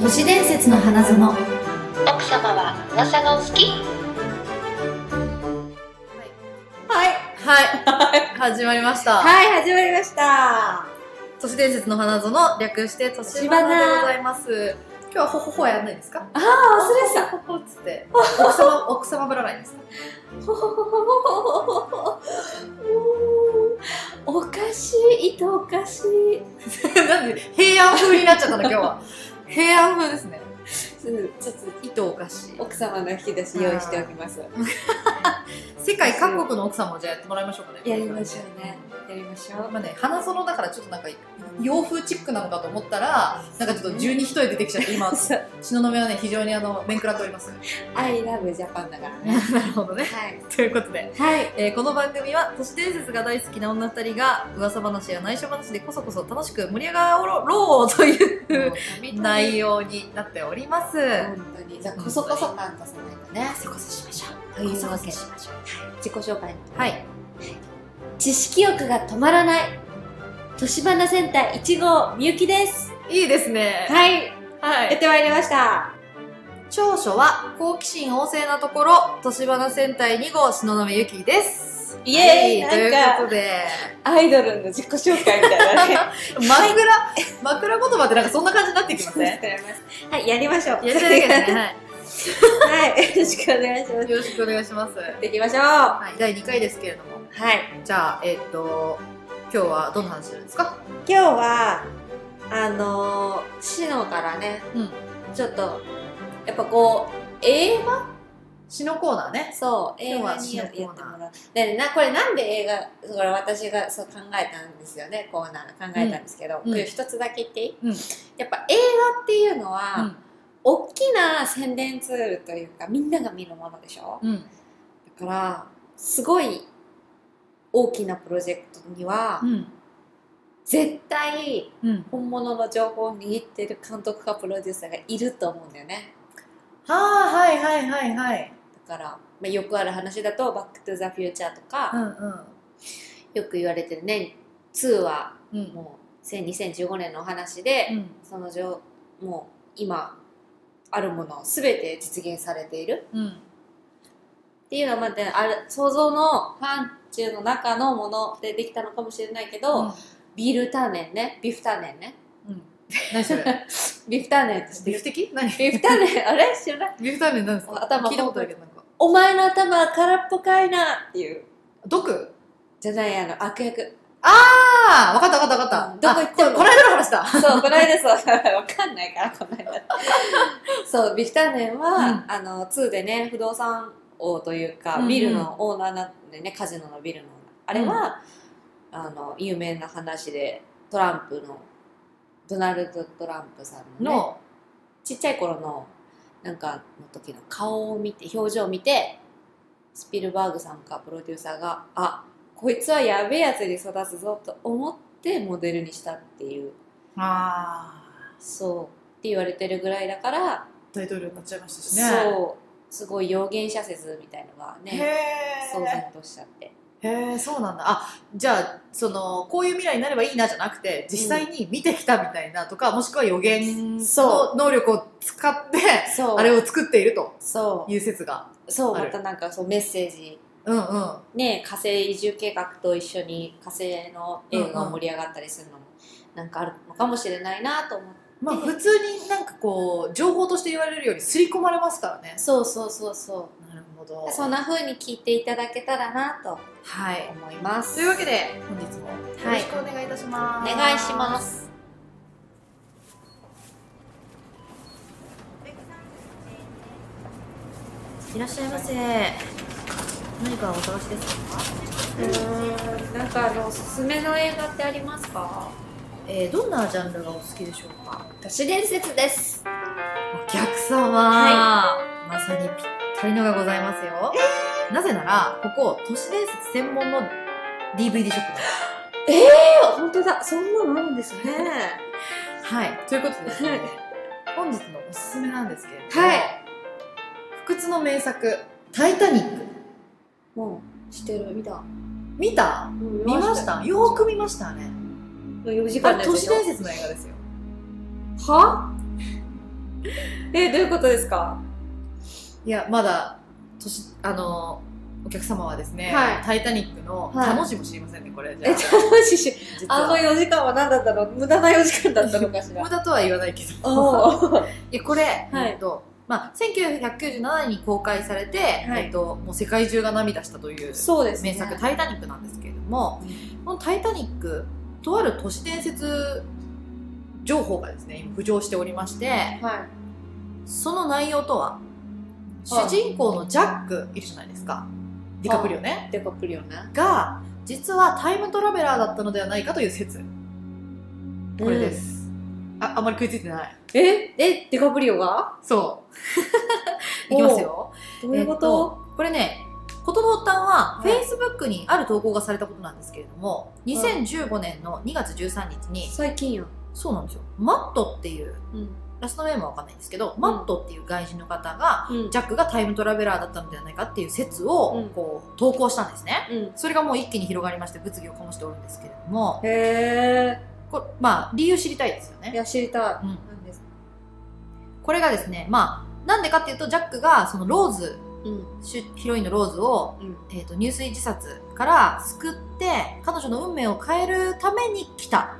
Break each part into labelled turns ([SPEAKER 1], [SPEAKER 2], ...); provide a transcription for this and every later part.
[SPEAKER 1] 都市伝説の花園はい
[SPEAKER 2] 奥様は噂がお好き
[SPEAKER 1] はい始まりました、
[SPEAKER 3] はい、始まりました。
[SPEAKER 1] 都市伝説の花園略して都市花でございます今日はほほほはやらないですか
[SPEAKER 3] ああ、忘れて
[SPEAKER 1] ほほほっつって奥様奥様ぶらないですか
[SPEAKER 3] た。ほほほほほほほおかしい、糸おかしい。
[SPEAKER 1] なんで平安風になっちゃったの今日は平安風ですね
[SPEAKER 3] うんちょっ
[SPEAKER 1] 糸おかしい
[SPEAKER 3] と奥様の引き出し用意しておきます。
[SPEAKER 1] 世界各国の奥様をじゃあやってもらいましょうかね
[SPEAKER 3] やりましょうね。やりましょう。
[SPEAKER 1] まあね、花園だからちょっとなんか洋風チックなのかと思ったらなんかちょっと十二一重出てきちゃって今
[SPEAKER 3] そう
[SPEAKER 1] 東雲はね非常にあの面食らっております
[SPEAKER 3] I love Japan だからね。
[SPEAKER 1] なるほどね
[SPEAKER 3] はい。
[SPEAKER 1] ということで、
[SPEAKER 3] はい。
[SPEAKER 1] えーこの番組は都市伝説が大好きな女二人が噂話や内緒話でこそこそ楽しく盛り上がろうという内容になっております。
[SPEAKER 3] 本当に。じゃあ、こそこそ感出さないとね。
[SPEAKER 1] そこそしましょう。
[SPEAKER 3] というわけで
[SPEAKER 1] しましょ
[SPEAKER 3] 自己紹介。
[SPEAKER 1] う。はい。
[SPEAKER 3] 知識欲が止まらない。都市花センター1号、みゆきです。
[SPEAKER 1] いいですね。
[SPEAKER 3] はい。
[SPEAKER 1] は
[SPEAKER 3] やってまいりました。
[SPEAKER 1] 長所は好奇心旺盛なところ、年花戦隊2号、篠宮ゆきです。
[SPEAKER 3] イエーイ
[SPEAKER 1] という
[SPEAKER 3] なんか
[SPEAKER 1] ことで、
[SPEAKER 3] アイドルの自己紹介みたいなね。
[SPEAKER 1] 枕、枕言葉ってなんかそんな感じになってきませ んや
[SPEAKER 3] はい、やりましょう。
[SPEAKER 1] りたいだけでね、
[SPEAKER 3] はい、よろしくお願いしま
[SPEAKER 1] はい。
[SPEAKER 3] す。
[SPEAKER 1] よろしくお願いします。
[SPEAKER 3] やっていきましょう。
[SPEAKER 1] はい、第2回ですけれども、
[SPEAKER 3] はい、
[SPEAKER 1] じゃあ、えっ、と、今日はどんな話するんですか
[SPEAKER 3] 今日は、あのー、シノからね、
[SPEAKER 1] うん
[SPEAKER 3] ちょっと、やっぱこう、映画
[SPEAKER 1] 詩のコーナーね。
[SPEAKER 3] そう、
[SPEAKER 1] 今
[SPEAKER 3] 映
[SPEAKER 1] 日は
[SPEAKER 3] 画にやって
[SPEAKER 1] シノ
[SPEAKER 3] も
[SPEAKER 1] コーナー
[SPEAKER 3] らう。で、な、これなんで映画、これ私がそう考えたんですよね、コーナー考えたんですけど、
[SPEAKER 1] うん
[SPEAKER 3] これ一つだけ言っていい、
[SPEAKER 1] うん
[SPEAKER 3] やっぱ映画っていうのは、大きな宣伝ツールというか、みんなが見るものでしょ、
[SPEAKER 1] うん。うん。
[SPEAKER 3] だからすごい大きなプロジェクトには、
[SPEAKER 1] うん。
[SPEAKER 3] 絶対
[SPEAKER 1] うん。
[SPEAKER 3] 本物の情報を握ってる監督かプロデューサーがいると思うんだよね
[SPEAKER 1] はあ、はいはいはいはい。
[SPEAKER 3] だから、まあ、よくある話だと「バック・トゥ・ザ・フューチャー」と
[SPEAKER 1] う
[SPEAKER 3] か、
[SPEAKER 1] ん
[SPEAKER 3] よく言われてるね2は
[SPEAKER 1] うん。うん。
[SPEAKER 3] もう2015年のお話で、
[SPEAKER 1] うん。
[SPEAKER 3] その情もう今あるもの全て実現されている
[SPEAKER 1] うん。
[SPEAKER 3] っていうのはまたある想像の範疇の中のものでできたのかもしれないけど、ビールターネンね。ビフターネンね。
[SPEAKER 1] うん。何それ
[SPEAKER 3] ビフターネンって知って
[SPEAKER 1] ビ
[SPEAKER 3] る
[SPEAKER 1] フ的何
[SPEAKER 3] ビフターネン、あれ知らない
[SPEAKER 1] ビフターメンなんですか
[SPEAKER 3] 頭
[SPEAKER 1] 聞いたことあるけどなんか
[SPEAKER 3] お前の頭は空っぽかいなっていう。
[SPEAKER 1] 毒
[SPEAKER 3] じゃない、あの、悪役。
[SPEAKER 1] ああ分かった分かった分かった、
[SPEAKER 3] うんどこ行っても
[SPEAKER 1] あこれこの間の話だ
[SPEAKER 3] そう、この間そう、わかんないから、この間。そう、ビフターネンは、
[SPEAKER 1] う
[SPEAKER 3] あの、2でね、不動産王というか、
[SPEAKER 1] うんうん
[SPEAKER 3] ビルのオーナーなんでね、カジノのビルのオーナー。あれは、あの、有名な話で、トランプの、ドナルド・トランプさんのね、
[SPEAKER 1] の
[SPEAKER 3] ちっちゃい頃のなんかの時の顔を見て表情を見てスピルバーグさんかプロデューサーがあこいつはやべえやつに育つぞと思ってモデルにしたっていう
[SPEAKER 1] あ
[SPEAKER 3] そうって言われてるぐらいだから、
[SPEAKER 1] ー大統領になっちゃいましたしね
[SPEAKER 3] そうすごい予言者説みたいのが
[SPEAKER 1] へ
[SPEAKER 3] ね騒然としちゃって
[SPEAKER 1] えへえそうなんだあじゃあそのこういう未来になればいいなじゃなくて実際に見てきたみたいなとか、もしくは予言
[SPEAKER 3] そ
[SPEAKER 1] の能力を使って
[SPEAKER 3] そう
[SPEAKER 1] あれを作っていると
[SPEAKER 3] そ
[SPEAKER 1] いう説が
[SPEAKER 3] うそう
[SPEAKER 1] あ
[SPEAKER 3] ま
[SPEAKER 1] る
[SPEAKER 3] たなんかそうメッセージ
[SPEAKER 1] うんうん
[SPEAKER 3] ね、火星移住計画と一緒に火星の映画が盛り上がったりするのもなんかあるのかもしれないなと思って、
[SPEAKER 1] まあ普通になんかこう情報として言われるより刷り込まれますからね
[SPEAKER 3] そうそうそうそ
[SPEAKER 1] なるほ
[SPEAKER 3] う
[SPEAKER 1] ど
[SPEAKER 3] そんな風に聞いていただけたらなと
[SPEAKER 1] はい
[SPEAKER 3] 思いま
[SPEAKER 1] と
[SPEAKER 3] す
[SPEAKER 1] いうわけで本日もよろしくお願いいたし
[SPEAKER 3] お
[SPEAKER 1] ます、
[SPEAKER 3] 願いします
[SPEAKER 1] いらっしゃいませ何かお探しですか
[SPEAKER 3] なんかあのおすすめの映画ってありますか
[SPEAKER 1] えー、どんなジャンルがお好きでしょうか
[SPEAKER 3] 都市伝説です
[SPEAKER 1] お客様、まさにぴったりのがございますよ、なぜならここ都市伝説専門の DVD ショップです
[SPEAKER 3] え本当だそんなのあるんですね
[SPEAKER 1] はいということでですね、
[SPEAKER 3] はい
[SPEAKER 1] 本日のおすすめなんですけれども
[SPEAKER 3] はい
[SPEAKER 1] 不屈の名作「タイタニック
[SPEAKER 3] もうしてる見た、」
[SPEAKER 1] 見た
[SPEAKER 3] うん
[SPEAKER 1] 見ましたよーく見ましたね
[SPEAKER 3] 4時
[SPEAKER 1] あ
[SPEAKER 3] 間の
[SPEAKER 1] れ
[SPEAKER 3] や
[SPEAKER 1] 都
[SPEAKER 3] つで
[SPEAKER 1] 市
[SPEAKER 3] しょ
[SPEAKER 1] 伝説の映画ですよ
[SPEAKER 3] はえ、どういうことですか
[SPEAKER 1] いやまだ都市あのお客様はですね、
[SPEAKER 3] はい
[SPEAKER 1] タイタニックの、
[SPEAKER 3] はい
[SPEAKER 1] 楽しも知りませんねこれじゃ
[SPEAKER 3] え、
[SPEAKER 1] あ
[SPEAKER 3] 楽しいし、
[SPEAKER 1] 実
[SPEAKER 3] あの
[SPEAKER 1] は
[SPEAKER 3] 4時間は何だったの無駄な4時間だったのかしら
[SPEAKER 1] 無。駄とは言わないけど
[SPEAKER 3] おー
[SPEAKER 1] いやこれ、
[SPEAKER 3] はい
[SPEAKER 1] えっとまあ、1997年に公開されて、
[SPEAKER 3] はい
[SPEAKER 1] えっと、もう世界中が涙したという
[SPEAKER 3] そうですね。
[SPEAKER 1] 名作「タイタニック」なんですけれども、この「タイタニック」とある都市伝説情報がですね今浮上しておりまして
[SPEAKER 3] は
[SPEAKER 1] その内容とは主人公のジャックいるじゃないですかディカプリオね
[SPEAKER 3] い。デカプリオね。
[SPEAKER 1] が実はタイムトラベラーだったのではないかという説これで
[SPEAKER 3] うん。
[SPEAKER 1] す、ああんまり食いついてない
[SPEAKER 3] え、え、デカプリオが
[SPEAKER 1] そう いきますよ
[SPEAKER 3] どういうこ
[SPEAKER 1] えっ
[SPEAKER 3] と
[SPEAKER 1] これね事の発端は、
[SPEAKER 3] はい
[SPEAKER 1] Facebook にある投稿がされたことなんですけれども
[SPEAKER 3] い
[SPEAKER 1] 2015年の2月13日に、
[SPEAKER 3] 最近や。
[SPEAKER 1] そうなんですよマットっていう
[SPEAKER 3] うん。
[SPEAKER 1] ラストネームはわかんないんですけど、マットっていう外人の方が
[SPEAKER 3] うん。
[SPEAKER 1] ジャックがタイムトラベラーだったのではないかっていう説を、
[SPEAKER 3] うん
[SPEAKER 1] こう投稿したんですね
[SPEAKER 3] うん。
[SPEAKER 1] それがもう一気に広がりまして物議を醸しておるんですけれども
[SPEAKER 3] へ
[SPEAKER 1] これまあ理由知りたいですよ
[SPEAKER 3] ー。い
[SPEAKER 1] ね、
[SPEAKER 3] や、知りた
[SPEAKER 1] うん
[SPEAKER 3] い。、なんです
[SPEAKER 1] これがですねまあなんでかっていうとジャックがそのローズ
[SPEAKER 3] うん。
[SPEAKER 1] 主ヒロインのローズを
[SPEAKER 3] うん。
[SPEAKER 1] えー、と入水自殺から救って彼女の運命を変えるために来た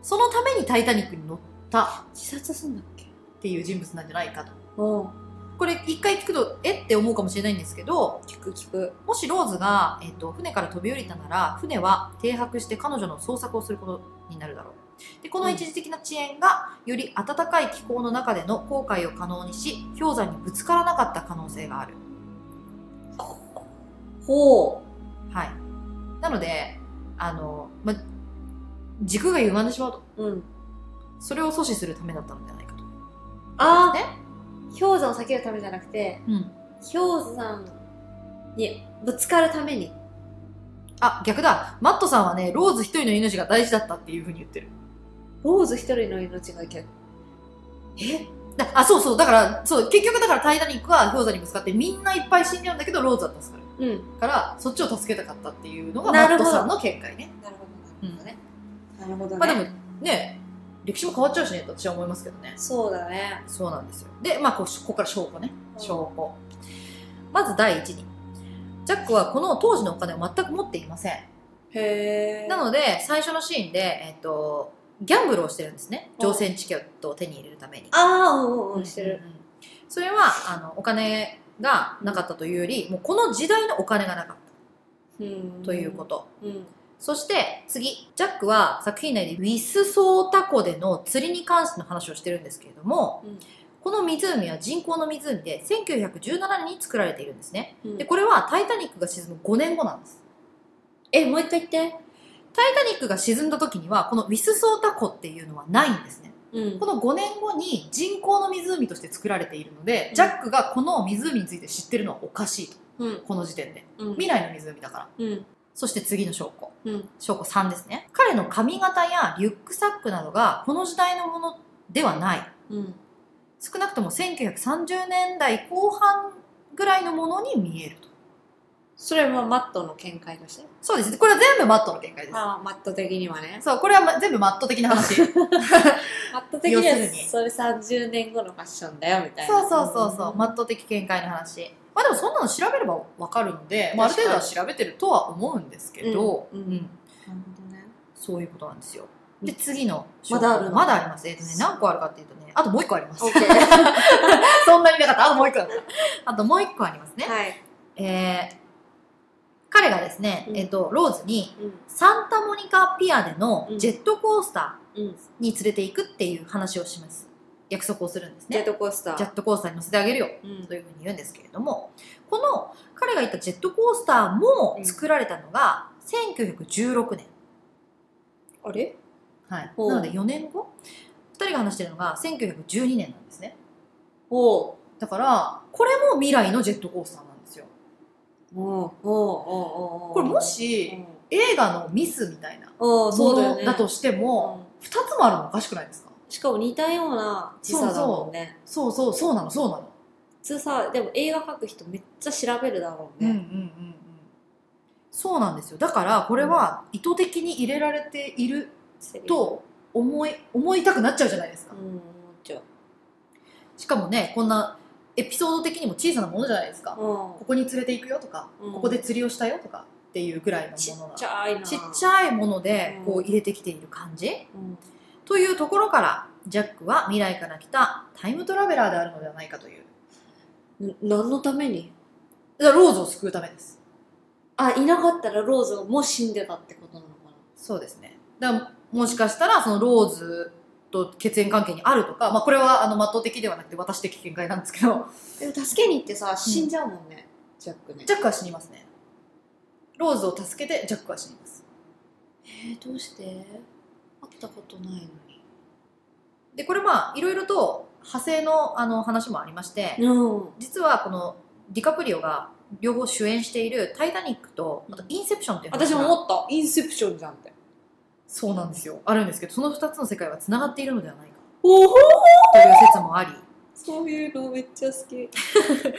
[SPEAKER 1] そのために「タイタニック」に乗った
[SPEAKER 3] 自殺すんだっけ
[SPEAKER 1] っていう人物なんじゃないかと
[SPEAKER 3] お
[SPEAKER 1] これ一回聞くとえって思うかもしれないんですけど
[SPEAKER 3] 聞く聞く。
[SPEAKER 1] もしローズが、えー、と船から飛び降りたなら船は停泊して彼女の捜索をすることになるだろうでこの一時的な遅延がより暖かい気候の中での航海を可能にし氷山にぶつからなかった可能性がある
[SPEAKER 3] ほう。
[SPEAKER 1] はいなのであの、ま、軸が歪んでしまうと
[SPEAKER 3] うん。
[SPEAKER 1] それを阻止するためだったのではないかと。
[SPEAKER 3] あー、
[SPEAKER 1] ね。
[SPEAKER 3] 氷山を避けるためじゃなくて、
[SPEAKER 1] うん。
[SPEAKER 3] 氷山にぶつかるために。
[SPEAKER 1] あ、逆だ。マットさんはね、ローズ一人の命が大事だったっていうふうに言ってる。
[SPEAKER 3] ローズ一人の命が逆。
[SPEAKER 1] えだあ、そうそう。だから、そう、結局だからタイタニックは氷山にぶつかってみんないっぱい死んじゃうんだけど、ローズは助かる。
[SPEAKER 3] うん。
[SPEAKER 1] から、そっちを助けたかったっていうのがマ
[SPEAKER 3] なる
[SPEAKER 1] ット
[SPEAKER 3] ほど
[SPEAKER 1] さんの見解ね。
[SPEAKER 3] なるほど、
[SPEAKER 1] う
[SPEAKER 3] なる
[SPEAKER 1] ん
[SPEAKER 3] ほどね。なるほどね。
[SPEAKER 1] まあでも、ね、歴史も変わっちゃうしね、と私は思いますけどね。
[SPEAKER 3] そうだね。
[SPEAKER 1] そうなんですよ。で、まあこう、ここから証拠ね。証拠。まず第一に。ジャックはこの当時のお金を全く持っていません。
[SPEAKER 3] へえ。
[SPEAKER 1] なので最初のシーンで、えっとギャンブルをしてるんですね
[SPEAKER 3] うん
[SPEAKER 1] 乗船チケットを手に入れるために。
[SPEAKER 3] ああ、うんうんうん、して
[SPEAKER 1] う
[SPEAKER 3] る。
[SPEAKER 1] んうんそれはあのお金がなかったというよりもうこの時代のお金がなかっ
[SPEAKER 3] うん。
[SPEAKER 1] たということ。
[SPEAKER 3] うん。
[SPEAKER 1] そして次ジャックは作品内でウィスソータ湖での釣りに関しての話をしてるんですけれども、
[SPEAKER 3] うん
[SPEAKER 1] この湖は人工の湖で1917年に作られているんですね
[SPEAKER 3] うん。
[SPEAKER 1] でこれは「タイタニック」が沈む5年後なんです
[SPEAKER 3] え、もう一回言って。
[SPEAKER 1] タイタニックが沈んだ時にはこのウィスソータ湖っていうのはないんですね
[SPEAKER 3] うん
[SPEAKER 1] この5年後に人工の湖として作られているので、
[SPEAKER 3] うん
[SPEAKER 1] ジャックがこの湖について知ってるのはおかしいと
[SPEAKER 3] うん。
[SPEAKER 1] この時点で
[SPEAKER 3] うん。
[SPEAKER 1] 未来の湖だから
[SPEAKER 3] うん。
[SPEAKER 1] そして次の証拠
[SPEAKER 3] うん。
[SPEAKER 1] 証拠3ですね彼の髪型やリュックサックなどがこの時代のものではない
[SPEAKER 3] うん。
[SPEAKER 1] 少なくとも1930年代後半ぐらいのものに見えると
[SPEAKER 3] それはマットの見解として。
[SPEAKER 1] そうですねこれは全部マットの見解で
[SPEAKER 3] ああ、マット的にはね。
[SPEAKER 1] すそうこれはま全部マット的な 話そう
[SPEAKER 3] マット的には
[SPEAKER 1] 要するに
[SPEAKER 3] それ30年後のファッションだよみたいな。
[SPEAKER 1] そうそうそう、
[SPEAKER 3] ん
[SPEAKER 1] マット的見解の話まあでもそんなの調べればわかるので、まあ、ある程度は調べてるとは思うんですけど、
[SPEAKER 3] うんうんなるほどね。
[SPEAKER 1] そういうことなんですよ
[SPEAKER 3] うん
[SPEAKER 1] で次の
[SPEAKER 3] まだあるの
[SPEAKER 1] まだありますえっとね何個あるかっていうとねあともう一個あります
[SPEAKER 3] オッケー。
[SPEAKER 1] そんなになかったあとも う一個だったあともう一個ありますね、
[SPEAKER 3] はい。
[SPEAKER 1] えー彼がですね、
[SPEAKER 3] うん
[SPEAKER 1] えっと、ローズに
[SPEAKER 3] うん。
[SPEAKER 1] サンタモニカピアでのジェットコースタ
[SPEAKER 3] うん。
[SPEAKER 1] ーに連れて行くっていう話をします約束をするんです
[SPEAKER 3] ジェッ
[SPEAKER 1] ね
[SPEAKER 3] トコースター。
[SPEAKER 1] ジェットコースターに乗せてあげるよ
[SPEAKER 3] うん
[SPEAKER 1] というふうに言うんですけれどもこの彼が言ったジェットコースターも作られたのが1916年、
[SPEAKER 3] あれ
[SPEAKER 1] はい、
[SPEAKER 3] ほう
[SPEAKER 1] なので4年後2人が話してるのが1912年なんですね
[SPEAKER 3] おう。
[SPEAKER 1] だからこれも未来のジェットコースターなんですよ
[SPEAKER 3] おうおうおうおうおう
[SPEAKER 1] これもし映画のミスみたいな
[SPEAKER 3] うん、うん
[SPEAKER 1] も
[SPEAKER 3] そうだよ
[SPEAKER 1] の
[SPEAKER 3] ね。
[SPEAKER 1] だとしても
[SPEAKER 3] うん
[SPEAKER 1] 2つもあるのおかしくないですか
[SPEAKER 3] しかも似たような時差だもんね。
[SPEAKER 1] そうそうそうなのそうなの
[SPEAKER 3] 普通さ、でも映画描く人めっちゃ調べるだろう
[SPEAKER 1] うんうんう
[SPEAKER 3] ね。
[SPEAKER 1] んうんそうなんですよだからこれは意図的に入れられている
[SPEAKER 3] セリフ、
[SPEAKER 1] と思い思いたくなっちゃうじゃないですか
[SPEAKER 3] うん、思っちゃ
[SPEAKER 1] しかもねこんなエピソード的にも小さなものじゃないですか、
[SPEAKER 3] う、うん
[SPEAKER 1] ここに連れて行くよとか、
[SPEAKER 3] うん
[SPEAKER 1] ここで釣りをしたよとかっていうぐらいの
[SPEAKER 3] ちっ
[SPEAKER 1] ものが
[SPEAKER 3] ちゃいな
[SPEAKER 1] ちっちゃいもので
[SPEAKER 3] うん
[SPEAKER 1] こう入れてきている感じ、
[SPEAKER 3] うん
[SPEAKER 1] というところからジャックは未来から来たタイムトラベラーであるのではないかという
[SPEAKER 3] な何のために
[SPEAKER 1] だからローズを救うためです
[SPEAKER 3] あいなかったらローズも死んでたってことなのか
[SPEAKER 1] そうですねだからもしかしたらそのローズと血縁関係にあるとか、まあ、これはあの真っ当的ではなくて私的見解なんですけど
[SPEAKER 3] なでも助けに行ってさ死んじゃうもんね、ジャックね
[SPEAKER 1] ジャックは死にますねローズを助けてジャックは死にます
[SPEAKER 3] えー、どうして会ったことないのに
[SPEAKER 1] でこれまあいろいろと派生のあの話もありまして、
[SPEAKER 3] うん
[SPEAKER 1] 実はこのディカプリオが両方主演している「タイタニック」とあと「インセプション」っていう話
[SPEAKER 3] 私
[SPEAKER 1] が
[SPEAKER 3] も思ったインセプションじゃんって
[SPEAKER 1] そうなんですよあるんですけどその2つの世界はつながっているのではないか
[SPEAKER 3] おほ
[SPEAKER 1] という説もあり
[SPEAKER 3] そういうのめっちゃ好 き
[SPEAKER 1] テンシ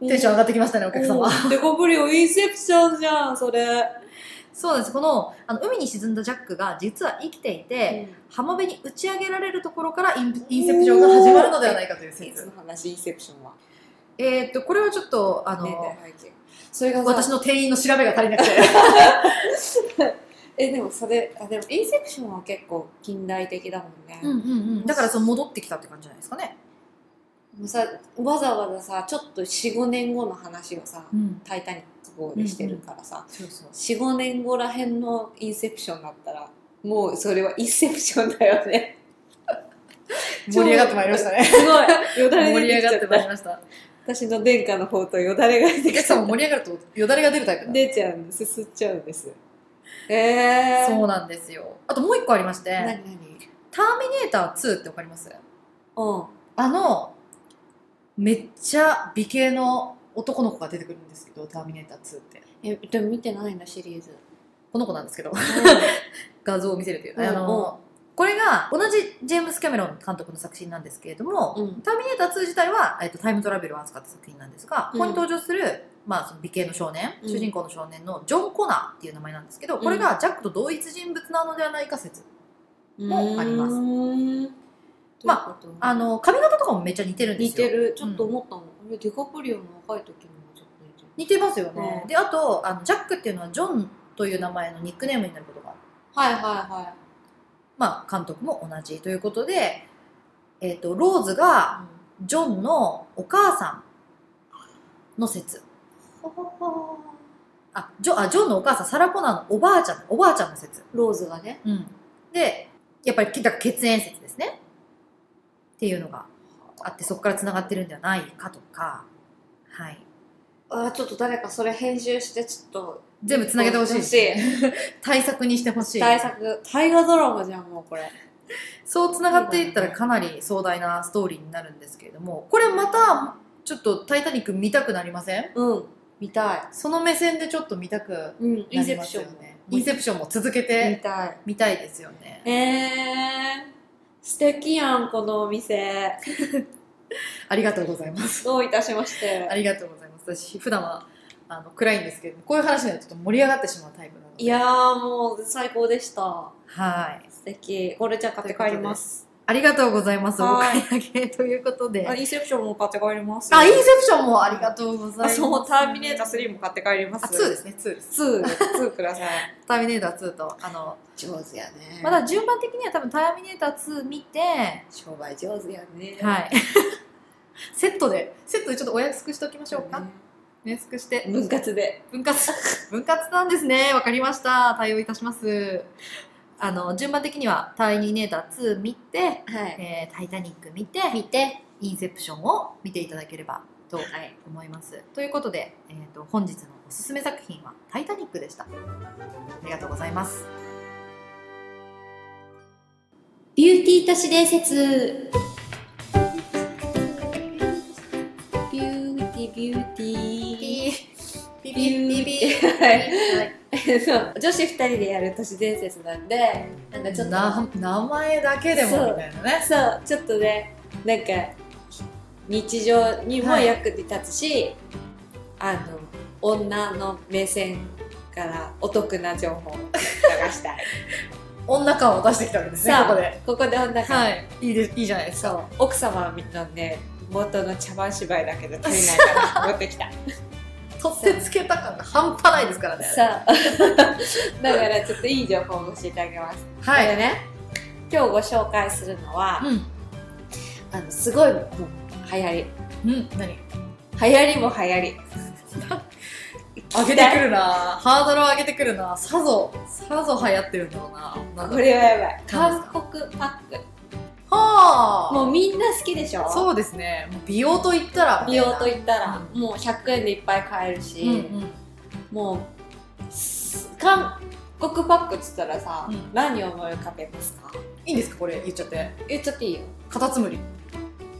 [SPEAKER 1] ョン上がってきましたねお客様
[SPEAKER 3] デコブリオインセプションじゃんそれ、
[SPEAKER 1] そうなんですこのあの海に沈んだジャックが実は生きていて、浜辺に打ち上げられるところからインインセプションが始まるのではないかという
[SPEAKER 3] いつ
[SPEAKER 1] 説
[SPEAKER 3] の話インセプションは
[SPEAKER 1] えーっとこれはちょっとあの、
[SPEAKER 3] 年代背景それがさ
[SPEAKER 1] 私の店員の調べが足りなくて
[SPEAKER 3] えでもそれあでもインセプションは結構近代的だもんね、
[SPEAKER 1] うんうん、うん、だからその戻ってきたって感じじゃないですかね、
[SPEAKER 3] もうさわざわざさちょっと45年後の話をさ「タイタニック号」でしてるからさ、
[SPEAKER 1] そうそう
[SPEAKER 3] 45年後らへんのインセプションだったらもうそれはインセプションだよね
[SPEAKER 1] 盛り上がってまいりましたね
[SPEAKER 3] すごい よだれ
[SPEAKER 1] 盛
[SPEAKER 3] 出
[SPEAKER 1] り
[SPEAKER 3] て
[SPEAKER 1] 上
[SPEAKER 3] き
[SPEAKER 1] が
[SPEAKER 3] ちゃ
[SPEAKER 1] っ
[SPEAKER 3] ってた
[SPEAKER 1] まいりま した
[SPEAKER 3] 私の殿下の方とよだれが出
[SPEAKER 1] お
[SPEAKER 3] て
[SPEAKER 1] 客
[SPEAKER 3] きちゃ
[SPEAKER 1] 様
[SPEAKER 3] っ
[SPEAKER 1] 盛り上がるとよだれが出るタイプ
[SPEAKER 3] た
[SPEAKER 1] だ
[SPEAKER 3] 出ちゃうんですすっちゃうんですえー、
[SPEAKER 1] そうなんですよあともう一個ありまして
[SPEAKER 3] 何何
[SPEAKER 1] 「ターミネーター2」ってわかります
[SPEAKER 3] うん
[SPEAKER 1] あのめっちゃ美形の男の子が出てくるんですけど「ターミネーター2」って
[SPEAKER 3] えでも見てないんだシリー ズ、
[SPEAKER 1] この子なんですけど
[SPEAKER 3] う
[SPEAKER 1] 画像を見せるという、
[SPEAKER 3] うん
[SPEAKER 1] あのこれが同じジェームス・キャメロン監督の作品なんですけれども「
[SPEAKER 3] うん
[SPEAKER 1] ターミネーター2」自体は、えっと、タイムトラベルを扱った作品なんですが、
[SPEAKER 3] うん
[SPEAKER 1] ここに登場する、まあ、その美形の少年、
[SPEAKER 3] うん
[SPEAKER 1] 主人公の少年のジョン・コナーっていう名前なんですけどこれがジャックと同一人物なのではないか説、
[SPEAKER 3] ん、
[SPEAKER 1] もあります
[SPEAKER 3] うーん
[SPEAKER 1] ま
[SPEAKER 3] どういうこと
[SPEAKER 1] あの髪型とかもめっちゃ似てるんで
[SPEAKER 3] 似
[SPEAKER 1] すよ
[SPEAKER 3] てるちょっと思ったの、あれデカプリオの若い時のもちょっと似てる
[SPEAKER 1] 似てますよね、
[SPEAKER 3] うん
[SPEAKER 1] であとあのジャックっていうのはジョンという名前のニックネームになることが
[SPEAKER 3] はいはいは
[SPEAKER 1] まあ監督も同じということで、えっとローズがジョンのお母さんの説あジョあジョンのお母さんサラ・コナーのおばあちゃんおばあちゃんの説、
[SPEAKER 3] ローズがね
[SPEAKER 1] うん、でやっぱりだから血縁説ですねっていうのがあってそこからつながってるんじゃないかとか、はい、
[SPEAKER 3] あーちょっと誰かそれ編集してちょっと
[SPEAKER 1] 全部つなげてほしいですね対策にしてほしい
[SPEAKER 3] 大作大河ドラマじゃんもうこれ
[SPEAKER 1] そうつながっていったらかなり壮大なストーリーになるんですけれどもこれまたちょっと「タイタニック」見たくなりません
[SPEAKER 3] うん見たい
[SPEAKER 1] その目線でちょっと見たく
[SPEAKER 3] うんイ
[SPEAKER 1] な
[SPEAKER 3] ンセ
[SPEAKER 1] り
[SPEAKER 3] プ
[SPEAKER 1] ます
[SPEAKER 3] ショ
[SPEAKER 1] よ
[SPEAKER 3] ンも
[SPEAKER 1] ねインセプションも続け
[SPEAKER 3] 見
[SPEAKER 1] て
[SPEAKER 3] たい
[SPEAKER 1] 見たいですよね
[SPEAKER 3] えー、素敵やんこのお店
[SPEAKER 1] ありがとうございます
[SPEAKER 3] どういたしまして
[SPEAKER 1] ありがとうございます私普段はあの暗いんですけれどもこういう話になるとちょっと盛り上がってしまうタイプなの
[SPEAKER 3] い
[SPEAKER 1] で
[SPEAKER 3] やーもう最高でした
[SPEAKER 1] はい
[SPEAKER 3] 素敵これじゃあ買って帰ります
[SPEAKER 1] ありがとうございますお
[SPEAKER 3] は
[SPEAKER 1] 買
[SPEAKER 3] い
[SPEAKER 1] い上げということで
[SPEAKER 3] あインセプションも買って帰ります
[SPEAKER 1] あインセプションもありがとうございま
[SPEAKER 3] あ
[SPEAKER 1] す
[SPEAKER 3] そう、ターミネーター3も買って帰りま
[SPEAKER 1] あ
[SPEAKER 3] す。
[SPEAKER 1] 2ですね2です
[SPEAKER 3] 2。2ください。
[SPEAKER 1] ターミネーター2とあの
[SPEAKER 3] 上手やね
[SPEAKER 1] まだ順番的には多分「ターミネーター2」見て、
[SPEAKER 3] 商売上手やね。
[SPEAKER 1] い、 セットでセットでちょっとお約束しておきましょうか、お約束して
[SPEAKER 3] 分割で。
[SPEAKER 1] 分割 分割なんですねわかりました対応いたしますあの順番的には「ターミネーター2」見て「
[SPEAKER 3] はい。
[SPEAKER 1] えータイタニック」見て
[SPEAKER 3] 見て。
[SPEAKER 1] 「インセプション」を見ていただければと
[SPEAKER 3] はい。
[SPEAKER 1] 思いますということで、えー、と本日のおすすめ作品は「タイタニック」でしたありがとうございます
[SPEAKER 3] ビューティー都市伝説。ビューティー、ビューティー。
[SPEAKER 1] ビ
[SPEAKER 3] ビビ
[SPEAKER 1] はい
[SPEAKER 3] そう女子二人でやる都市伝説なんで、なんかちょっと。
[SPEAKER 1] な名前だけでもみたいなね
[SPEAKER 3] そうちょっとねなんか日常にも役に立つし、あの女の目線からお得な情報を流したい
[SPEAKER 1] 女感を出してきたわけですね
[SPEAKER 3] そう
[SPEAKER 1] ここで
[SPEAKER 3] ここで女が、
[SPEAKER 1] いいいでいいじゃないです
[SPEAKER 3] そ
[SPEAKER 1] か
[SPEAKER 3] う奥様のね元の茶番芝居だけど足りないから持ってきた
[SPEAKER 1] 取ってつけた感が半端ないですからね
[SPEAKER 3] さあだからちょっといい情報を教えてあげます
[SPEAKER 1] は
[SPEAKER 3] で
[SPEAKER 1] い、
[SPEAKER 3] ね今日ご紹介するのは、
[SPEAKER 1] うん
[SPEAKER 3] あのすごいもう流行り
[SPEAKER 1] うん何
[SPEAKER 3] 流行りも流行 り
[SPEAKER 1] 上げてくるなハードルを上げてくるなさぞさぞ流行ってるんだろうななん
[SPEAKER 3] こ
[SPEAKER 1] だろう
[SPEAKER 3] れはやばい
[SPEAKER 1] 何で
[SPEAKER 3] 韓国パック
[SPEAKER 1] はあ
[SPEAKER 3] もうみんな好きでしょ
[SPEAKER 1] そうですねもう美容と言ったら
[SPEAKER 3] 美容と言ったら、
[SPEAKER 1] うん
[SPEAKER 3] もう100円でいっぱい買えるし、
[SPEAKER 1] うんうん
[SPEAKER 3] もうす韓国パックっつったらさ、
[SPEAKER 1] うん
[SPEAKER 3] 何を思い浮かべますか
[SPEAKER 1] いいんですかこれ言っちゃって
[SPEAKER 3] 言っちゃっていいよ
[SPEAKER 1] カタツ ムリ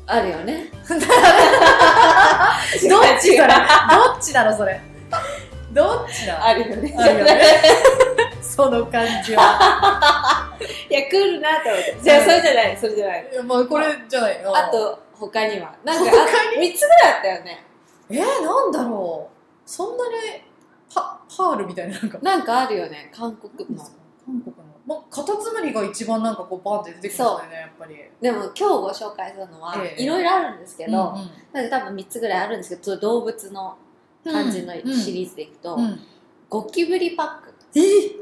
[SPEAKER 3] あるよ ね
[SPEAKER 1] どっちだろどっちだろそれどっちだ
[SPEAKER 3] あるよね
[SPEAKER 1] あるよねその感じは
[SPEAKER 3] いや来るなと思ってじゃあそれじゃないそれじゃない
[SPEAKER 1] いやまあこれじゃない
[SPEAKER 3] あと他にはなんかあ3つぐらいあったよね
[SPEAKER 1] えー、なんだろうそんなにパパールみたいななんか
[SPEAKER 3] なんかあるよね韓国の
[SPEAKER 1] 韓国の、まあ、カタツムリが一番なんかこうバーンって出てきましたよねやっぱり
[SPEAKER 3] でも今日ご紹介するのは
[SPEAKER 1] ええ
[SPEAKER 3] いろいろあるんですけど、
[SPEAKER 1] うんうん
[SPEAKER 3] なんか多分3つぐらいあるんですけどちょっと動物の感じのシリーズでいくと、
[SPEAKER 1] うんうん
[SPEAKER 3] ゴキブリパックっ
[SPEAKER 1] え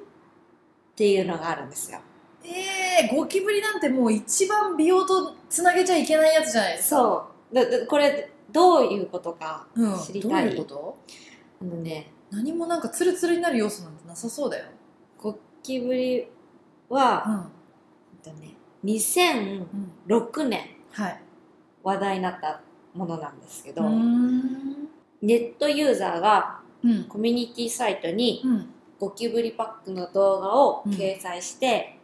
[SPEAKER 3] ていうのがあるんですよ
[SPEAKER 1] えーゴキブリなんてもう一番美容とつなげちゃいけないやつじゃないですか
[SPEAKER 3] そうだだこれどういうことか
[SPEAKER 1] うん、
[SPEAKER 3] 知りたい
[SPEAKER 1] どういうこと
[SPEAKER 3] あのね
[SPEAKER 1] 何もなんかツルツルになる要素なんてなさそうだよ、
[SPEAKER 3] ゴキブリは、
[SPEAKER 1] ん
[SPEAKER 3] えっとね、2006
[SPEAKER 1] うん、
[SPEAKER 3] 年
[SPEAKER 1] はい
[SPEAKER 3] 話題になったものなんですけ
[SPEAKER 1] う
[SPEAKER 3] ど、
[SPEAKER 1] ーん
[SPEAKER 3] ネットユーザーが
[SPEAKER 1] うん
[SPEAKER 3] コミュニティサイトに
[SPEAKER 1] うん
[SPEAKER 3] ゴキブリパックの動画を掲載して、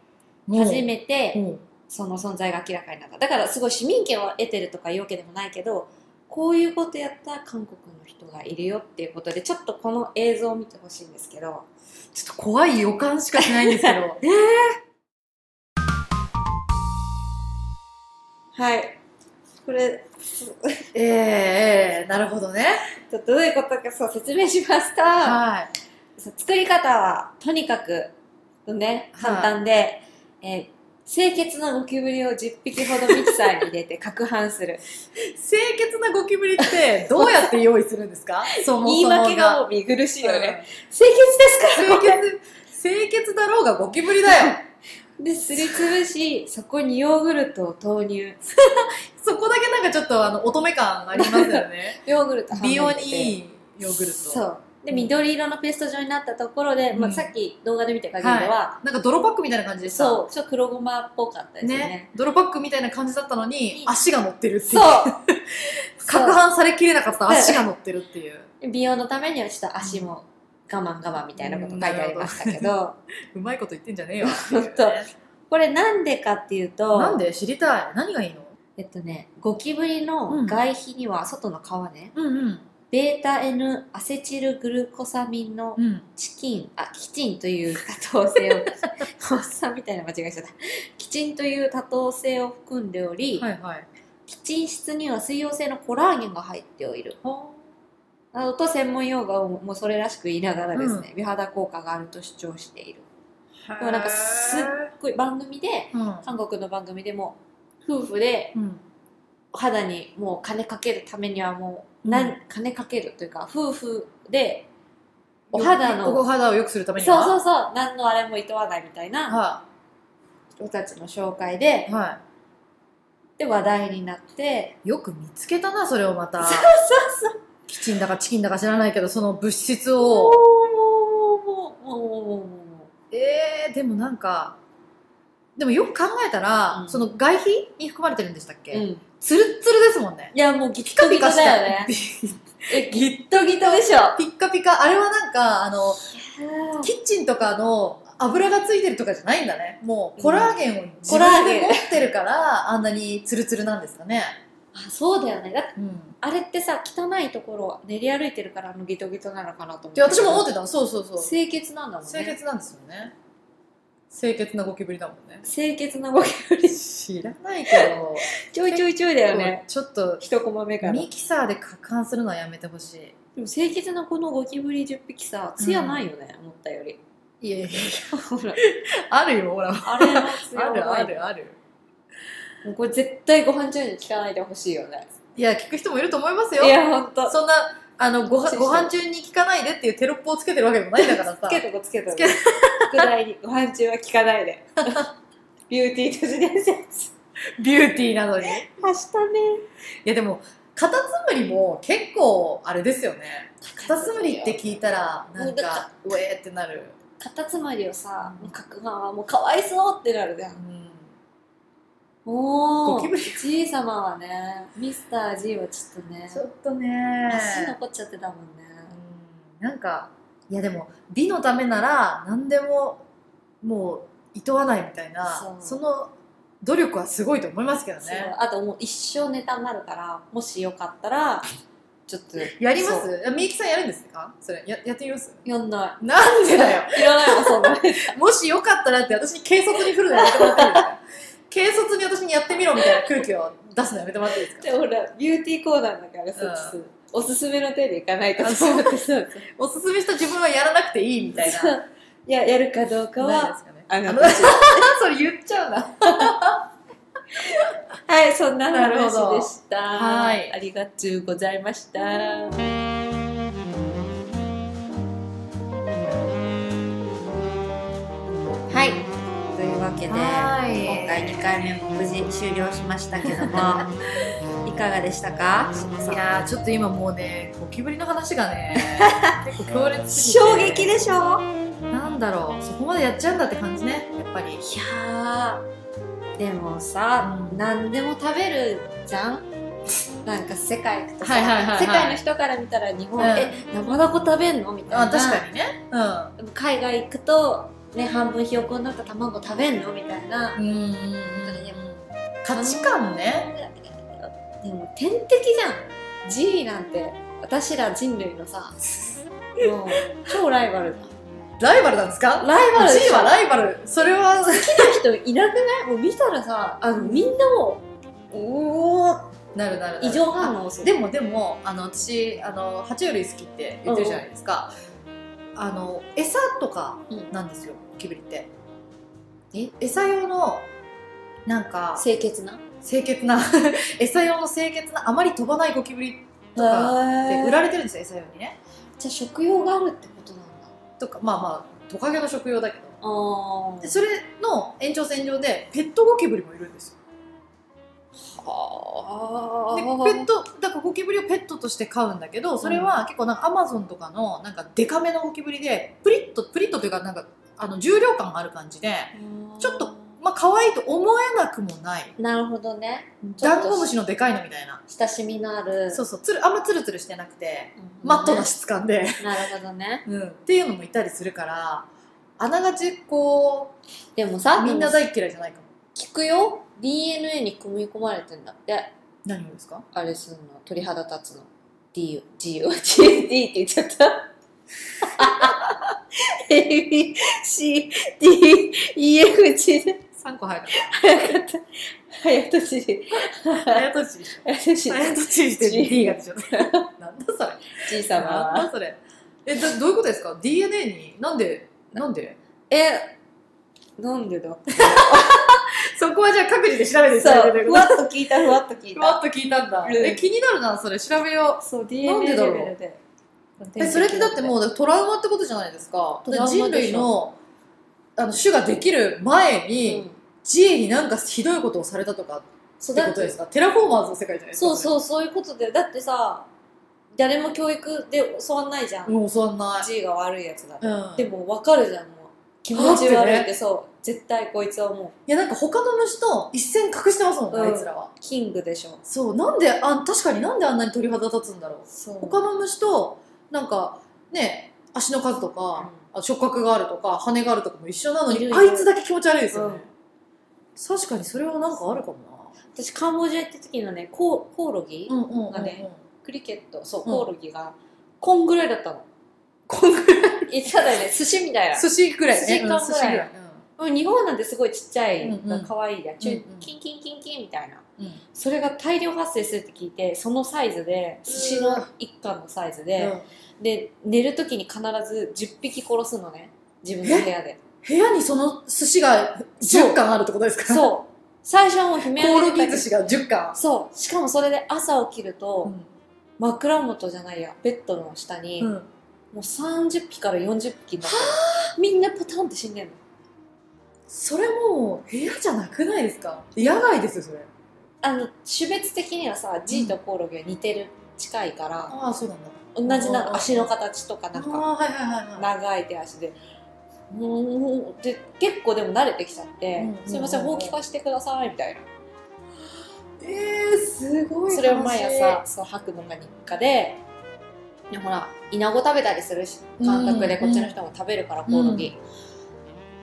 [SPEAKER 3] 初
[SPEAKER 1] て
[SPEAKER 3] めてその存在が明らかになっただからすごい市民権を得てるとかいうわけでもないけどこういうことやった韓国の人がいるよっていうことでちょっとこの映像を見てほしいんですけど
[SPEAKER 1] ちょっと怖い予感しかしないんですけど え
[SPEAKER 3] はいこれす
[SPEAKER 1] ええーなるほどね
[SPEAKER 3] ちょっとどういうことかそう説明しました
[SPEAKER 1] はい
[SPEAKER 3] そう作り方はとにかくね
[SPEAKER 1] はい
[SPEAKER 3] 簡単で、えー清潔なゴキブリを10匹ほどミキサーに入れて 攪拌する
[SPEAKER 1] 清潔なゴキブリってどうやって用意するんです かそも
[SPEAKER 3] 言い
[SPEAKER 1] そも
[SPEAKER 3] 訳がもう見苦しいよね、清
[SPEAKER 1] う
[SPEAKER 3] 潔です
[SPEAKER 1] ん
[SPEAKER 3] か
[SPEAKER 1] 清
[SPEAKER 3] らこれ
[SPEAKER 1] 潔清潔だろうがゴキブリだよ
[SPEAKER 3] ですりつぶしそこにヨーグルトを投入
[SPEAKER 1] そこだけなんかちょっとあの乙女感ありますよ ね
[SPEAKER 3] ヨーグルト半分
[SPEAKER 1] 美容
[SPEAKER 3] 入れて
[SPEAKER 1] にいいヨーグルト
[SPEAKER 3] そうで緑色のペースト状になったところで、ま
[SPEAKER 1] う
[SPEAKER 3] あ、
[SPEAKER 1] ん
[SPEAKER 3] さっき動画で見た限りでは、
[SPEAKER 1] なんか泥パックみたいな感じでした
[SPEAKER 3] そうちょっと黒ごまっぽかったですよね
[SPEAKER 1] ね、泥パックみたいな感じだったのに
[SPEAKER 3] いい
[SPEAKER 1] 足が乗ってるってい
[SPEAKER 3] そうう
[SPEAKER 1] 攪拌されきれなかった足が乗ってるっていう
[SPEAKER 3] 美容のためにはちょっと足も我慢我慢みたいなこと書いてありましたけど
[SPEAKER 1] うまいこと言ってんじゃねえよ
[SPEAKER 3] 本これなんでかっていうと
[SPEAKER 1] なんで知りたい何がいいの
[SPEAKER 3] えっとねゴキブリの外皮には外の皮ね、
[SPEAKER 1] うんうん
[SPEAKER 3] ベータ N アセチルグルコサミンの
[SPEAKER 1] うん
[SPEAKER 3] チキンあキチンという多糖性を おっさんみたいな間違いしちゃったキチンという多糖性を含んでおり、
[SPEAKER 1] はいはい
[SPEAKER 3] キチン質には水溶性のコラーゲンが入っておるなどと専門用語をもうそれらしく言いながらですね、美肌効果があると主張しているでもなんかすっごい番組で
[SPEAKER 1] うん
[SPEAKER 3] 韓国の番組でも夫婦で
[SPEAKER 1] うん
[SPEAKER 3] お肌にもう金かけるためにはもう、
[SPEAKER 1] うん
[SPEAKER 3] なん金かけるというか夫婦でお肌の
[SPEAKER 1] お肌を良くするために
[SPEAKER 3] そう
[SPEAKER 1] は
[SPEAKER 3] そう
[SPEAKER 1] う
[SPEAKER 3] そう何のあれも厭わないみたいな
[SPEAKER 1] は
[SPEAKER 3] 人たちの紹介で
[SPEAKER 1] い、は
[SPEAKER 3] で話題になって
[SPEAKER 1] い、よく見つけたなそれをまた
[SPEAKER 3] そうそう
[SPEAKER 1] キチンだかチキンだか知らないけどその物質
[SPEAKER 3] そ
[SPEAKER 1] を
[SPEAKER 3] うもうもうもうもうもうもう
[SPEAKER 1] えー、でもなんかでもよく考えたら、
[SPEAKER 3] うん
[SPEAKER 1] その外皮に含まれてるんでしたっけ、
[SPEAKER 3] うんい
[SPEAKER 1] ツルッツルですもんね
[SPEAKER 3] やもうギッ
[SPEAKER 1] ピカ
[SPEAKER 3] ト
[SPEAKER 1] ピ
[SPEAKER 3] ギ
[SPEAKER 1] カ
[SPEAKER 3] ト
[SPEAKER 1] した
[SPEAKER 3] だよねえ ギットギトでしょ
[SPEAKER 1] ピッカピカあれはなんかあのキッチンとかの油がついてるとかじゃないんだねもうコラーゲンを自
[SPEAKER 3] コラ
[SPEAKER 1] 分
[SPEAKER 3] ー
[SPEAKER 1] で
[SPEAKER 3] ゲ
[SPEAKER 1] 持
[SPEAKER 3] ン
[SPEAKER 1] ってるからあんなにツルツルなんですかね、
[SPEAKER 3] あそうだよねだって
[SPEAKER 1] うん、
[SPEAKER 3] あれってさ汚いところを練り歩いてるからあのギトギトなのかなと思
[SPEAKER 1] で
[SPEAKER 3] って
[SPEAKER 1] 私も思ってたのそうそうそう
[SPEAKER 3] 清潔なんだもんね
[SPEAKER 1] 清潔なんですよね清潔なゴキブリだもんね
[SPEAKER 3] 清潔なゴキブリ
[SPEAKER 1] 知らないけど
[SPEAKER 3] ちょいちょいちょいだよね
[SPEAKER 1] ちょっと
[SPEAKER 3] 一コマ目から
[SPEAKER 1] ミキサーで攪拌するのはやめてほしい
[SPEAKER 3] でも清潔なこのゴキブリ10匹さツヤないよね、思ったより
[SPEAKER 1] いやいやいや
[SPEAKER 4] ほら
[SPEAKER 1] あるよほらあ
[SPEAKER 4] あれの強がい
[SPEAKER 1] るあるある
[SPEAKER 4] もうこれ絶対ご飯中に聞かないでほしいよね
[SPEAKER 1] いや聞く人もいると思います
[SPEAKER 4] い
[SPEAKER 1] よ
[SPEAKER 4] やほんと
[SPEAKER 1] そんなあのごは
[SPEAKER 4] そうそう
[SPEAKER 1] ご飯中に聞かないでっていうテロップをつけてるわけでもないんだからさ
[SPEAKER 4] つけとこつけとこ
[SPEAKER 1] つけ
[SPEAKER 4] 副題に ご飯中は聞かないで ビューティー都市伝説
[SPEAKER 1] ビューティーなのにい
[SPEAKER 4] 明日ね
[SPEAKER 1] やでもカタツムリも結構あれですよねカタツムリって聞いたらなんかウェーってなる
[SPEAKER 4] カタツムリをさもう書く側はもうかわいそうってなるじゃん
[SPEAKER 1] うん
[SPEAKER 4] お
[SPEAKER 1] ゴキブリ
[SPEAKER 4] じいさまはねミスター G はちょっとね
[SPEAKER 1] ょっとね
[SPEAKER 4] 足残っちゃってたもんね
[SPEAKER 1] うんなんかいやでも美のためなら何でももう厭わないみたいな
[SPEAKER 4] そ
[SPEAKER 1] そ
[SPEAKER 4] う
[SPEAKER 1] の努力はすごいと思いますけど
[SPEAKER 4] そう
[SPEAKER 1] ね
[SPEAKER 4] あともう一生ネタになるからもしよかったらちょっと
[SPEAKER 1] やりま
[SPEAKER 4] そう
[SPEAKER 1] すみゆきさんやるんですかそれややってみます
[SPEAKER 4] やんな
[SPEAKER 1] なん
[SPEAKER 4] い
[SPEAKER 1] でだよ
[SPEAKER 4] いらないわそんな
[SPEAKER 1] もしよかったらって私に軽率に振るのやめてもらっていいです か軽率に私にやってみろみたいな空気を出すのやめてもらっていいですか
[SPEAKER 4] でほらビューティーコーナーだからそっちすおすすめの手でいかないと
[SPEAKER 1] あそう
[SPEAKER 4] そうそう
[SPEAKER 1] おすすめした自分はやらなくていいみたいな
[SPEAKER 4] そういややるかどうか
[SPEAKER 1] ないで
[SPEAKER 4] は
[SPEAKER 1] すかね
[SPEAKER 4] あの
[SPEAKER 1] あの それ言っちゃうな
[SPEAKER 4] はいそんな
[SPEAKER 1] なるほ
[SPEAKER 4] 話
[SPEAKER 1] ど
[SPEAKER 4] でした
[SPEAKER 1] はい
[SPEAKER 4] ありがとうございました
[SPEAKER 3] はい。というわけで、
[SPEAKER 1] はい
[SPEAKER 3] 今回2回目も無事終了しましたけども、いかがでしたか志麻さ
[SPEAKER 1] い
[SPEAKER 3] ん。
[SPEAKER 1] やーちょっと今もうねゴキブリの話がね 結構強烈すぎて
[SPEAKER 3] 衝撃でしょ
[SPEAKER 1] なんだろうそこまでやっちゃうんだって感じねやっぱり
[SPEAKER 3] いやーでもさ、
[SPEAKER 1] うん
[SPEAKER 3] 何でも食べるじゃん なんか世界行くとさ、
[SPEAKER 1] はいはいはいはい
[SPEAKER 3] 世界の人から見たら日本、
[SPEAKER 1] うん
[SPEAKER 3] え生ダコ食べんのみたいな
[SPEAKER 1] あ確かにね
[SPEAKER 3] でも海外行くとね半分ひよこになった卵食べんのみたいな、
[SPEAKER 1] うんうん価値観ね
[SPEAKER 3] でも天敵じゃん G なんて私ら人類の さもう超ライバルだ
[SPEAKER 1] ライバルなんですか
[SPEAKER 3] ライバルでし
[SPEAKER 1] G
[SPEAKER 3] ょ
[SPEAKER 1] はライバルそれは
[SPEAKER 3] 人いなくないもう見たらさあのみんなもうおお
[SPEAKER 1] なるなるなる
[SPEAKER 3] 異常反応する
[SPEAKER 1] でもでもあの私あの爬虫類好きって言ってるじゃないですか、あの餌とかなんですよ、ゴキブリって
[SPEAKER 3] え
[SPEAKER 1] 餌用のなんか
[SPEAKER 3] 清潔な
[SPEAKER 1] 清潔な 餌用の清潔なあまり飛ばないゴキブリとかって売
[SPEAKER 3] じゃ
[SPEAKER 1] られてるんですよ餌用にね
[SPEAKER 3] あ食用があるってことなんだ
[SPEAKER 1] とかまあまあトカゲの食用だけど
[SPEAKER 3] あ
[SPEAKER 1] でそれの延長線上でペットゴキブリもいるんですよ
[SPEAKER 3] あ
[SPEAKER 1] でペットだからゴキブリをペットとして飼うんだけどそれは結構なんかアマゾンとかのなんかデカめのゴキブリでプリッとプリッとというかなんかあの重量感がある感じでちょっとまあ可愛いと思えなくもない
[SPEAKER 3] なるほどね
[SPEAKER 1] ダンゴムシのでかいのみたいな
[SPEAKER 3] 親しみのある
[SPEAKER 1] そうそうつるあんまツルツルしてなくて
[SPEAKER 3] うん
[SPEAKER 1] マットな質感で
[SPEAKER 3] なるほどね
[SPEAKER 1] うん、っていうのもいたりするからあながちこ
[SPEAKER 3] でもさ
[SPEAKER 1] うみんな大嫌いじゃないかも
[SPEAKER 3] 聞くよ DNA に組み込まれてんだって
[SPEAKER 1] 何をですか
[SPEAKER 3] あれすんの鳥肌立つの D を G を GD って言っちゃった ABCDEFG で
[SPEAKER 1] 3個早かっ
[SPEAKER 3] 早かった早とちり
[SPEAKER 1] た早とちりし
[SPEAKER 3] 早と
[SPEAKER 1] て 早
[SPEAKER 3] ちり
[SPEAKER 1] とちりして D が出 ちゃったなんだそれ
[SPEAKER 3] G 様
[SPEAKER 1] なん
[SPEAKER 3] は
[SPEAKER 1] だそれえどどういうことですか DNA になんでなんで
[SPEAKER 3] えなんでだ
[SPEAKER 1] そこはじゃあ各自で調べていただい
[SPEAKER 3] そ
[SPEAKER 1] て
[SPEAKER 3] う
[SPEAKER 1] という
[SPEAKER 3] ふ
[SPEAKER 1] こと
[SPEAKER 3] わっと聞いたふわっと聞い
[SPEAKER 1] ふわ
[SPEAKER 3] た
[SPEAKER 1] っと聞いたんだ、
[SPEAKER 3] うん
[SPEAKER 1] え気になるなそれ調べよ
[SPEAKER 3] そう
[SPEAKER 1] なん
[SPEAKER 3] DNA
[SPEAKER 1] でだろ
[SPEAKER 3] レ
[SPEAKER 1] う
[SPEAKER 3] ベルで
[SPEAKER 1] うえそれってだってもうトラウマってことじゃないですか
[SPEAKER 3] トラウマでしょ
[SPEAKER 1] 人類のあの種ができる前に、
[SPEAKER 3] ん
[SPEAKER 1] G になんかひどいことをされたとか
[SPEAKER 3] そ
[SPEAKER 1] っ
[SPEAKER 3] う
[SPEAKER 1] て
[SPEAKER 3] だ
[SPEAKER 1] こ
[SPEAKER 3] っ
[SPEAKER 1] と
[SPEAKER 3] て
[SPEAKER 1] ですかテラフォーマーズの世界じゃないですか
[SPEAKER 3] そうそうそういうことでだってさ誰も教育で教わんないじゃん、
[SPEAKER 1] もうそんな
[SPEAKER 3] G が悪いやつだ
[SPEAKER 1] う、ん、
[SPEAKER 3] で
[SPEAKER 1] でも
[SPEAKER 3] も分かるじゃんもう気持ち
[SPEAKER 1] だっ
[SPEAKER 3] 悪
[SPEAKER 1] て
[SPEAKER 3] い
[SPEAKER 1] ね
[SPEAKER 3] ってそう絶対こいつはもう
[SPEAKER 1] いやなんか他の虫と一線隠してますもんね、
[SPEAKER 3] うん
[SPEAKER 1] あいつらは
[SPEAKER 3] キングでしょ
[SPEAKER 1] そうなんであ確かになんであんなに鳥肌立つんだろう
[SPEAKER 3] そう
[SPEAKER 1] 他の虫となんかね足の数とか、あ触覚があるとか羽があるとかも一緒なのに
[SPEAKER 3] いるいる
[SPEAKER 1] あいつだけ気持ち悪いですよね、
[SPEAKER 3] うん
[SPEAKER 1] 確かにそれはなんかあるかも
[SPEAKER 3] 私カンボジア行った時のねコオコオロギ、
[SPEAKER 1] なうんうんうん、
[SPEAKER 3] がねクリケットそ
[SPEAKER 1] う
[SPEAKER 3] う
[SPEAKER 1] ん
[SPEAKER 3] コオロギがこんぐらいだったの、
[SPEAKER 1] こんぐらい
[SPEAKER 3] えただね寿司みたいな
[SPEAKER 1] 寿司くらいね
[SPEAKER 3] 寿司缶
[SPEAKER 1] うん
[SPEAKER 3] ぐ
[SPEAKER 1] 寿
[SPEAKER 3] らい
[SPEAKER 1] 司
[SPEAKER 3] うん日本なんてすごいちっちゃい、
[SPEAKER 1] うんうん
[SPEAKER 3] 可愛いやちゅ、
[SPEAKER 1] うんうん
[SPEAKER 3] キンキンキンキンみたいな
[SPEAKER 1] うん
[SPEAKER 3] それが大量発生するって聞いてそのサイズで寿司の一貫のサイズで、
[SPEAKER 1] うん
[SPEAKER 3] で寝る時に必ず10匹殺すのね自分の部屋で。
[SPEAKER 1] 部屋にその寿司が
[SPEAKER 3] そう
[SPEAKER 1] 10貫あるってことですかう。
[SPEAKER 3] そう。最初はもう悲鳴
[SPEAKER 1] コオロ
[SPEAKER 3] 上げてた
[SPEAKER 1] ギ寿司が10貫。
[SPEAKER 3] そう。しかもそれで朝起きる
[SPEAKER 1] う
[SPEAKER 3] と、
[SPEAKER 1] ん
[SPEAKER 3] 枕元じゃないや、ベッドの下に、
[SPEAKER 1] う
[SPEAKER 3] も
[SPEAKER 1] ん
[SPEAKER 3] う30匹から40匹になってる。みんなパタンって死んでんの。
[SPEAKER 1] それもう部屋じゃなくないですか野外ですよ、それ。
[SPEAKER 3] あの、種別的にはさ、ジーとコオロギは似てる、近いから、
[SPEAKER 1] ああ、そうなんだ。
[SPEAKER 3] 同じな
[SPEAKER 1] あ
[SPEAKER 3] の
[SPEAKER 1] ー
[SPEAKER 3] 足の形とかなんか、
[SPEAKER 1] ああ、はいはいはいはい。
[SPEAKER 3] 長い手足で。もうで結構でも慣れてきちゃって
[SPEAKER 1] うんうんうん
[SPEAKER 3] 「すいませんほうき貸してください」みたいな
[SPEAKER 1] えー、すごい
[SPEAKER 3] それを毎朝そう吐くのが日課ででほらイナゴ食べたりするし感覚で
[SPEAKER 1] うんう
[SPEAKER 3] こ
[SPEAKER 1] ん
[SPEAKER 3] っちの人も食べるから、コオロギ、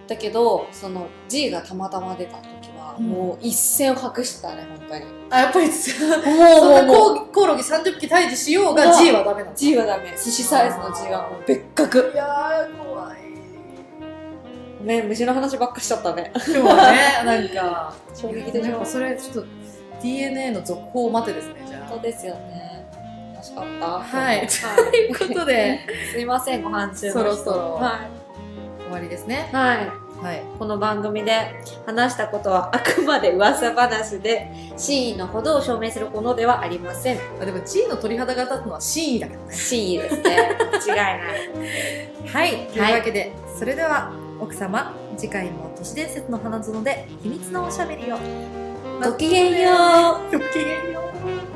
[SPEAKER 3] だけどその G がたまたま出た時は、
[SPEAKER 1] うん
[SPEAKER 3] もう一線を隠してたね本当に
[SPEAKER 1] あ、やっぱりそそん
[SPEAKER 3] も
[SPEAKER 1] なコオコオロギ30匹退治しようが
[SPEAKER 3] うわ
[SPEAKER 1] G はダメなんだ
[SPEAKER 3] G はダメ寿司サイズの G はもう別格
[SPEAKER 1] いやー 怖い
[SPEAKER 3] ね虫の話ばっかしちゃったね
[SPEAKER 1] 今日はねなんか
[SPEAKER 3] 衝撃でし
[SPEAKER 1] なん
[SPEAKER 3] ょ
[SPEAKER 1] かそれちょっと DNA の続報を待てですねじゃ
[SPEAKER 3] 本当ですよね楽しかった
[SPEAKER 1] はい
[SPEAKER 3] と
[SPEAKER 1] ということで
[SPEAKER 3] すいませんご飯中
[SPEAKER 1] そろそろ
[SPEAKER 3] は
[SPEAKER 1] 終わりですね
[SPEAKER 3] い、はい
[SPEAKER 1] はい
[SPEAKER 3] この番組で話したことはあくまで噂話で真意のほどを証明するものではありません
[SPEAKER 1] あでも G の鳥肌が立つのは真意だけどね
[SPEAKER 3] 真意です ね違いない
[SPEAKER 1] はいというわけで、それでは奥様次回も都市伝説の花園で秘密のおしゃべりを
[SPEAKER 3] ごきげんよう
[SPEAKER 1] ごきげんよう